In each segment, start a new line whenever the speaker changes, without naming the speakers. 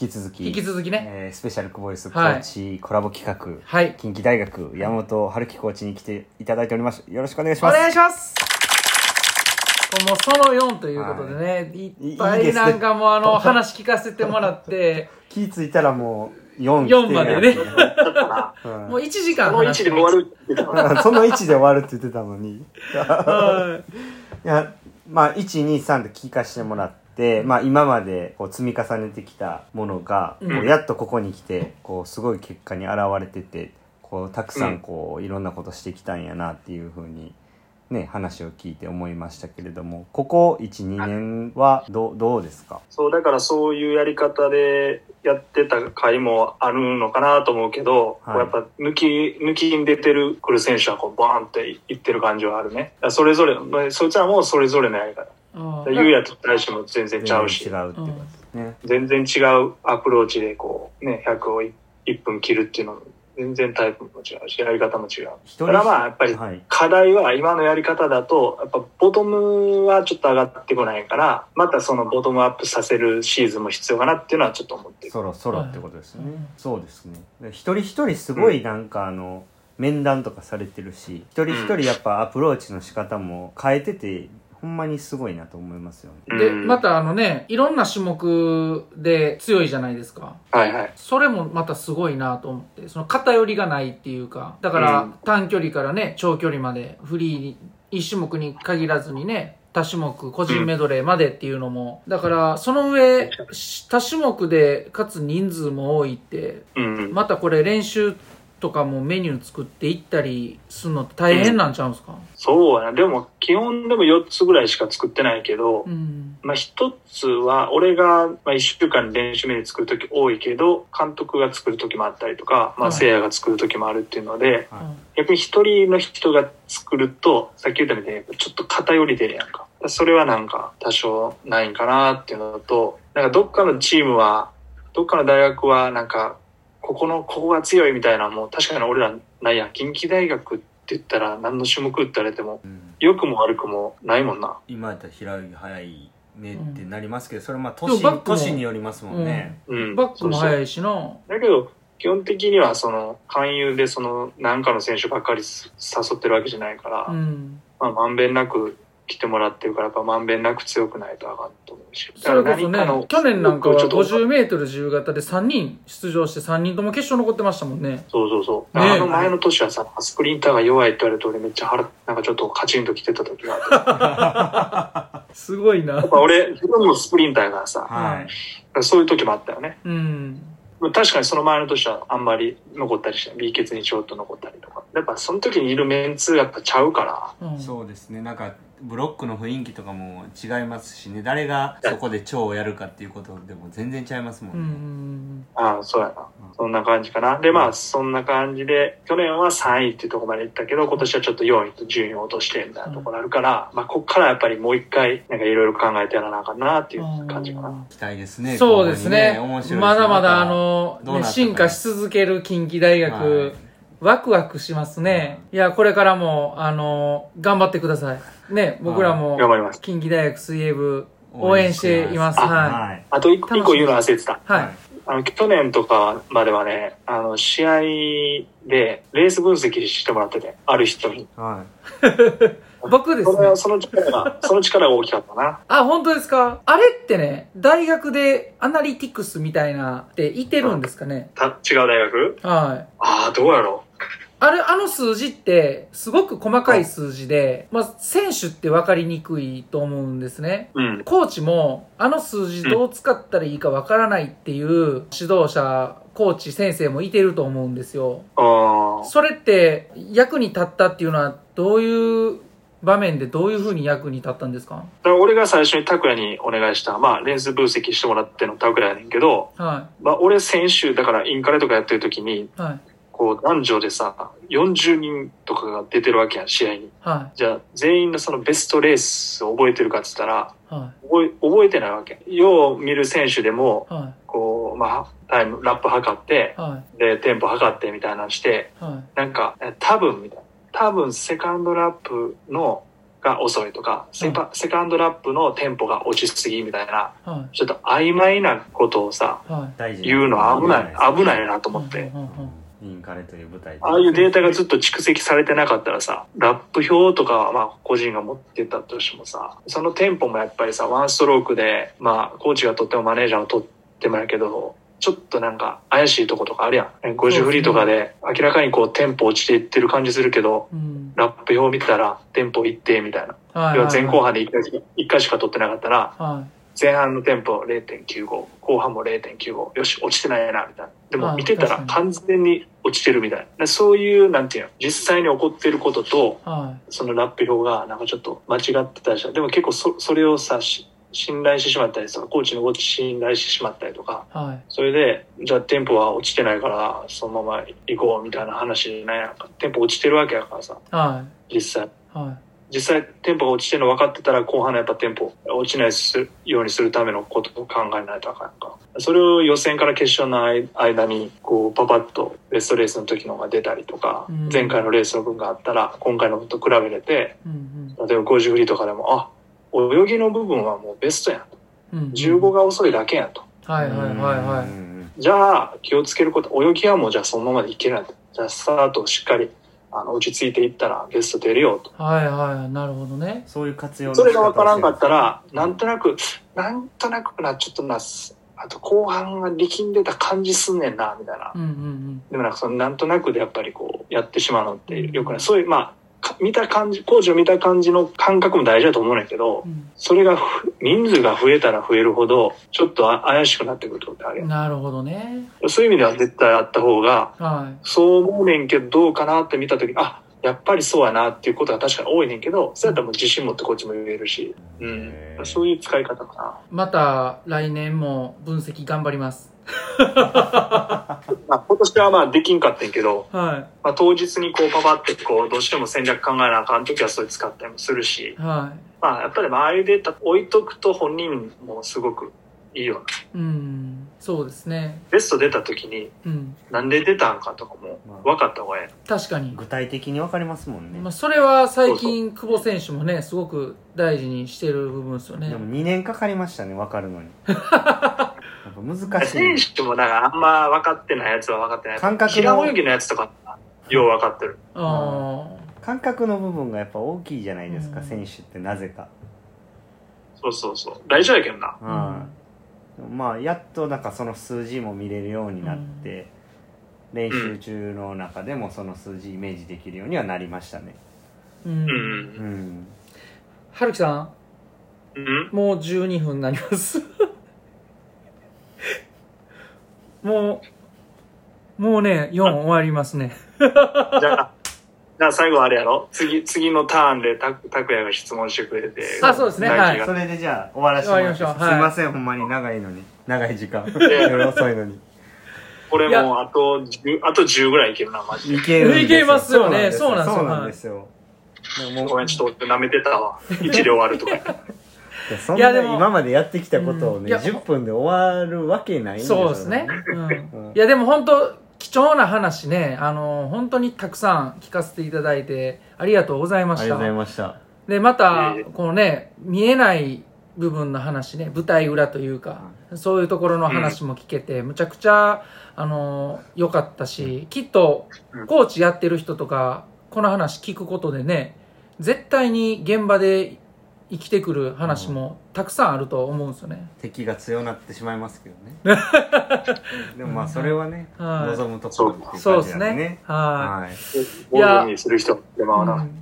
引き続き
引き続きね
えースペシャルクボイスコ
はい
ーチコラボ企画、
はい
近畿大学山本春樹コーチに来ていただいておりますよろしくお願いし
お
ます
願いしますもうその4ということでね、い、っぱ
いいで
い
すね
なんかもうあの話聞かせてもらって、
気付いたらもう4
4までね、
だから、
うん
もう1時間
この位
話し
置
て
で終わるって言ったから、
その1で終わるって言ってたのに
はい
やまあ123で聞かしてもらって、まあ、今までこう積み重ねてきたものが、
うん
こうやっとここに来てこうすごい結果に現れててこうたくさ
うん
んこういろんなことしてきたんやなっていうふうに、ね、話を聞いて思いましたけれどもここ12年はどうどうですか
そう、だからそういうやり方でやってた回もあるのかなと思うけど、
はい
こうやっぱ抜き、抜きに出てる、来る選手はこうバーンっていってる感じはあるね。だからそれぞれ、まあそいつらもそれぞれのやり方。
うん
ゆうやと大志も全然
全
ちゃ
然
う
違う
し、
っていうことですね。
全然違うアプローチでこう、ね、100を1分切るっていうのも、全然タイプも違うし、やり方も違う。
一
だからまあ、やっぱり、
はい
課題は今のやり方だと、やっぱボトムはちょっと上がってこないから、またそのボトムアップさせるシーズンも必要かなっていうのはちょっと思ってる。
そろそろってことですね、
はい
そうですねで一人一人すごいなんかあの、面談とかされてるし一人一人やっぱアプローチの仕方も変えててほんまにすごいなと思いますよね
で、
うん
ま。たあのね、いろんな種目で強いじゃないですか。
はいはい。
それもまたすごいなと思って、その偏りがないっていうか、だから、
うん
短距離からね、長距離まで、フリーに、一種目に限らずにね、多種目、個人メドレーまでっていうのも、だから、その上、し多種目で、かつ人数も多いって、
うん。
またこれ練習とかもメニュー作っていったりするのって大変なんちゃうんですか
そうやな。でも、基本でも4つぐらいしか作ってないけど、
うん。
まあ一つは、俺が、まあ一週間練習メニュー作るとき多いけど、監督が作るときもあったりとか、
は
まあ
い
聖夜が作るときもあるっていうので、
はい
うん
逆に一人の人が作ると、さっき言ったみたいに、ちょっと偏り出るやんか。それはなんか、多少ないんかなっていうのと、なんかどっかのチームは、どっかの大学は、なんか、ここの、ここが強いみたいなのも、確かに俺らないやん。近畿大学って言ったら、何の種目って言われても、
うん
良くも悪くもないもんな。
今やったら平泳ぎ早いね
うん
なりますけどそれはまあ
でもバックも
よりますも
うん。
バックも
そうそう
速いしな。
だけど、基本的には、その、勧誘で、その、なんかの選手ばっかり誘ってるわけじゃないから、
うん。
まあ、まんべんなく来てもらってるから、やっぱまんべんなく強くないとあかんと思うし。
それこそ
だから何か
ね
の、
去年なんかは
ちょっと
50メートル自由形で3人出場して3人とも決勝残ってましたもんね。
そうそうそう。
ねえ
あの前の年はさ、スプリンターが弱いって言われて俺めっちゃ腹、なんかちょっとカチンと来てた時があった。やっ
すごいな。
ぱ俺、自分もスプリンターがさ、
はい
そういう時もあったよね。
うん。
確かにその前の年はあんまり残ったりして、B 血にちょっと残ったりとか。やっぱその時にいるメンツやっぱちゃうから。
うん
そうですねなんかブロックの雰囲気とかも違いますしね誰がそこで超をやるかっていうことでも全然違いますも
うん
ね、
ん。
ああ、そうやな
うん。
そんな感じかな。で、まあ、そんな感じで、去年は3位っていうところまで行ったけど、今年はちょっと4位と順位を落としてみたいなところあるから、まあ、こっからやっぱりもう一回、なんかいろいろ考えてやらなあかんなっていう感じかな。
期待ですね
そうですね
今後に面白いですね
まだまだあの、
どうな
ね、
ったか
進化し続ける近畿大
はい
学、ワクワクしますね。いや、これからも、あの、頑張ってください。ね、僕らも
頑張ります。
近畿大学水泳部応援しています。
応援
は
はい
あと一
楽しみ
個言うの忘れてた。
い。はい。
あの、去年とかまではね、あの、試合でレース分析してもらってて、ある人に。
は
僕です
それ
ね
は。その力が、その力が大きかったな。
あ、本当ですかあれってね、大学でアナリティクスみたいなっていてるんですかね
た違う大学
はい。
ああ、どうやろ
あれ、あの数字って、すごく細かい数字で、まあ、選手って分かりにくいと思うんですね。
う。うん。
コーチも、あの数字どう使ったらいいか分からないっていう指導者、コーチ、先生もいてると思うんですよ。
ああ。
それって、役に立ったっていうのは、どういう場面でどういうふうに役に立ったんですか
だから俺が最初に拓也にお願いした、まあ、レンズ分析してもらっての拓也やねんけど、
は
まあ、俺先週、だからインカレとかやってる時に、
い。はい。
こう、男女でさ、40人とかが出てるわけやん、試合に。
は
じゃあ、全員のそのベストレースを覚えてるかって言ったら、
い。は
覚え、覚えてないわけ。よう見る選手でも、
い。は
こう、まあ、タイム、ラップ測って
い。、はい。
で、テンポ測ってみたいなのして、
はい。
なんか、え多分みたいな。多分、セカンドラップのが遅いとか、セパセカンドラップのテンポが落ちすぎみたいな、
は
ちょっと曖昧なことをさ、
い。はい。
大事
言うのは危ない、危ないなと思っ
うん
て。
うんうん
インカレという舞台で
ああいうデータがずっと蓄積されてなかったらさ、ラップ表とかはまあ個人が持ってたとしてもさ、そのテンポもやっぱりさ、ワンストロークで、まあコーチが取ってもマネージャーを取ってもやけど、ちょっとなんか怪しいとことかあるやん。50フリーとかで明らかにこうテンポ落ちていってる感じするけど、
うん。
ラップ表見たらテンポ一定みたいな。
はい。
要は前後
半。
半で1回しか一回しか取ってなかったら、
は
前半のテンポ0.95、後半も0.95、よし、落ちてないな、みたいな。で
あ
も
あ
見てたら
確か
完全に落ちてるみたいな。でそういう、なんていうの、実際に起こってることと、
い。は
そのラップ表がなんかちょっと間違ってたりした。でも結構そそれをさ、し信頼してしまったりとか、コーチのこと信頼してしまったりとか、
い。はい。
それで、じゃあテンポは落ちてないから、そのまま行こうみたいな話じゃないやんか。テンポ落ちてるわけやからさ、
は
実際。
い。はい。
実際テンポが落ちてるの分かってたら後半のやっぱテンポ落ちないようにするためのことを考えないとあかんかそれを予選から決勝の間にこうパパッとベストレースの時のが出たりとか、
うん
前回のレースの分があったら今回の分と比べれて
うん
例えば50フリーとかでもあ泳ぎの部分はもうベストやんと
うん。うん。
15。が遅いだけやんと
はいはいはいはい。
じゃあ気をつけること泳ぎはもうじゃあそのままでいけないとじゃあスタートをしっかりあの落ち着いていったらベスト出るよと
はいはい。なるほどね。
そういう活用の
それが分からんかったら、
うん
なんとなく、なんとなくな、ちょっとな、すあと後半が力んでた感じすんねんな、みたいな
う。んうん
でもなんかそのなんとなくでやっぱりこう、やってしまうのってよくない。そういう、まあ、か見た感じ、工事を見た感じの感覚も大事だと思うねんだけど
う、ん。
それがふ、人数が増えたら増えるほど、ちょっとあ怪しくなってくるってことあ
う
るや
ん。なるほどね。
ん。そういう意味では絶対あった方が、
は
そう思うねんけど、どうかなって見たとき、あ、やっぱりそうやなっていうことが確かに多いねんけど、そうやったらもう自信持ってこっちも言えるし、うん
へ、ー
そういう使い方か
い。また来年も分析頑張ります。
な。まあ、今年はまあできんかったんやけど、
は
まあ、当日にこうパパってこうどうしても戦略考えなあかん時はそれ使ったりもするし
い。、は
まあ、やっぱりまあああいうデータ置いとくと本人もすごくいいような。
い。うん。そうですね。
ベスト出た時に
うん。
なんで出たんかとかも分かった方がえ
確かに。
具体的に分かりますもんね、
まあ、それは最近、久保選手もね、すごく大事にしてる部分ですよね
で。も2年かかりましたね分かるの にやっぱ
え
難
な。
し
選
い
手もなんかあんま分かってないやつは分かってない。
感覚の
平泳ぎのやつとか、よう分かってる。
あ
感覚の部分がやっぱ大きいじゃないですか、
うん
選手ってなぜか、
そうそうそう。大丈夫やけどな。
う
あ。
んまあやっとなんかその数字も見れるようになって、練習中の中でもその数字イメージできるようにはなりましたね
う。
うん。
うんん
はるきさ
うん
ん、もう12分になります。 もう、もうね、4終わりますね。
じゃあ、じゃあ最後あれやろ次、次のターンでた、たくやが質問してくれて。
あそうですね
大輝が
それでじゃあ終わらせてもらって
終わりましょう
す
はい
いません、ほんまに長いのに長い時間夜遅いのに
これ
いや
もうあと10、あと10ぐらいいけるな、マジで。
いけるんです
いけますよね
そう
そう
な
なんん
で
です
よそうなんですよでも
ごめん、ちょっと俺舐めてたわ。一両あるとか。
いやそん
いや
な
でも
今までやってきたことを
うん
ね、
いや
10分で終わるわけないんです
そう
よ
ですね。う
うん
ん。いや、でも本当、貴重な話ね、あの、本当にたくさん聞かせていただいて、ありがとうございま
あり
し
がとうござい
た。
ました
で、また
いえいえ、
このね、見えない部分の話ね、舞台裏というか、そういうところの話も聞けて、むちゃくちゃ、あの、良かったし、きっと
うん、
コーチやってる人とか、この話聞くことでね、絶対に現場で生きてくる話もたくさんあると思うんですよね。
敵が強なってしまいますけど ねでもまあそれはね、
はい
望むところっていう感じ
そうです
なんで
ね。はい。
はい
ボールにする人ってまあ
う
な。
ん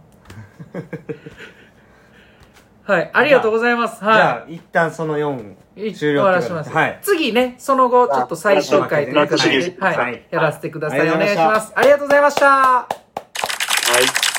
はい、ありがとうございます。
じゃ
は
あ一旦その4
い。
終了
終わ
っ
ら
て
し
こ
ま
と
す。
ではい
次ね、その後、ちょっと最終回ということ
ラッ
で、
ク
は
はい
い、やらせてください。
ありが
お
とうご
願い
ざい
し
ました
ます。ありがとうございました。
はい。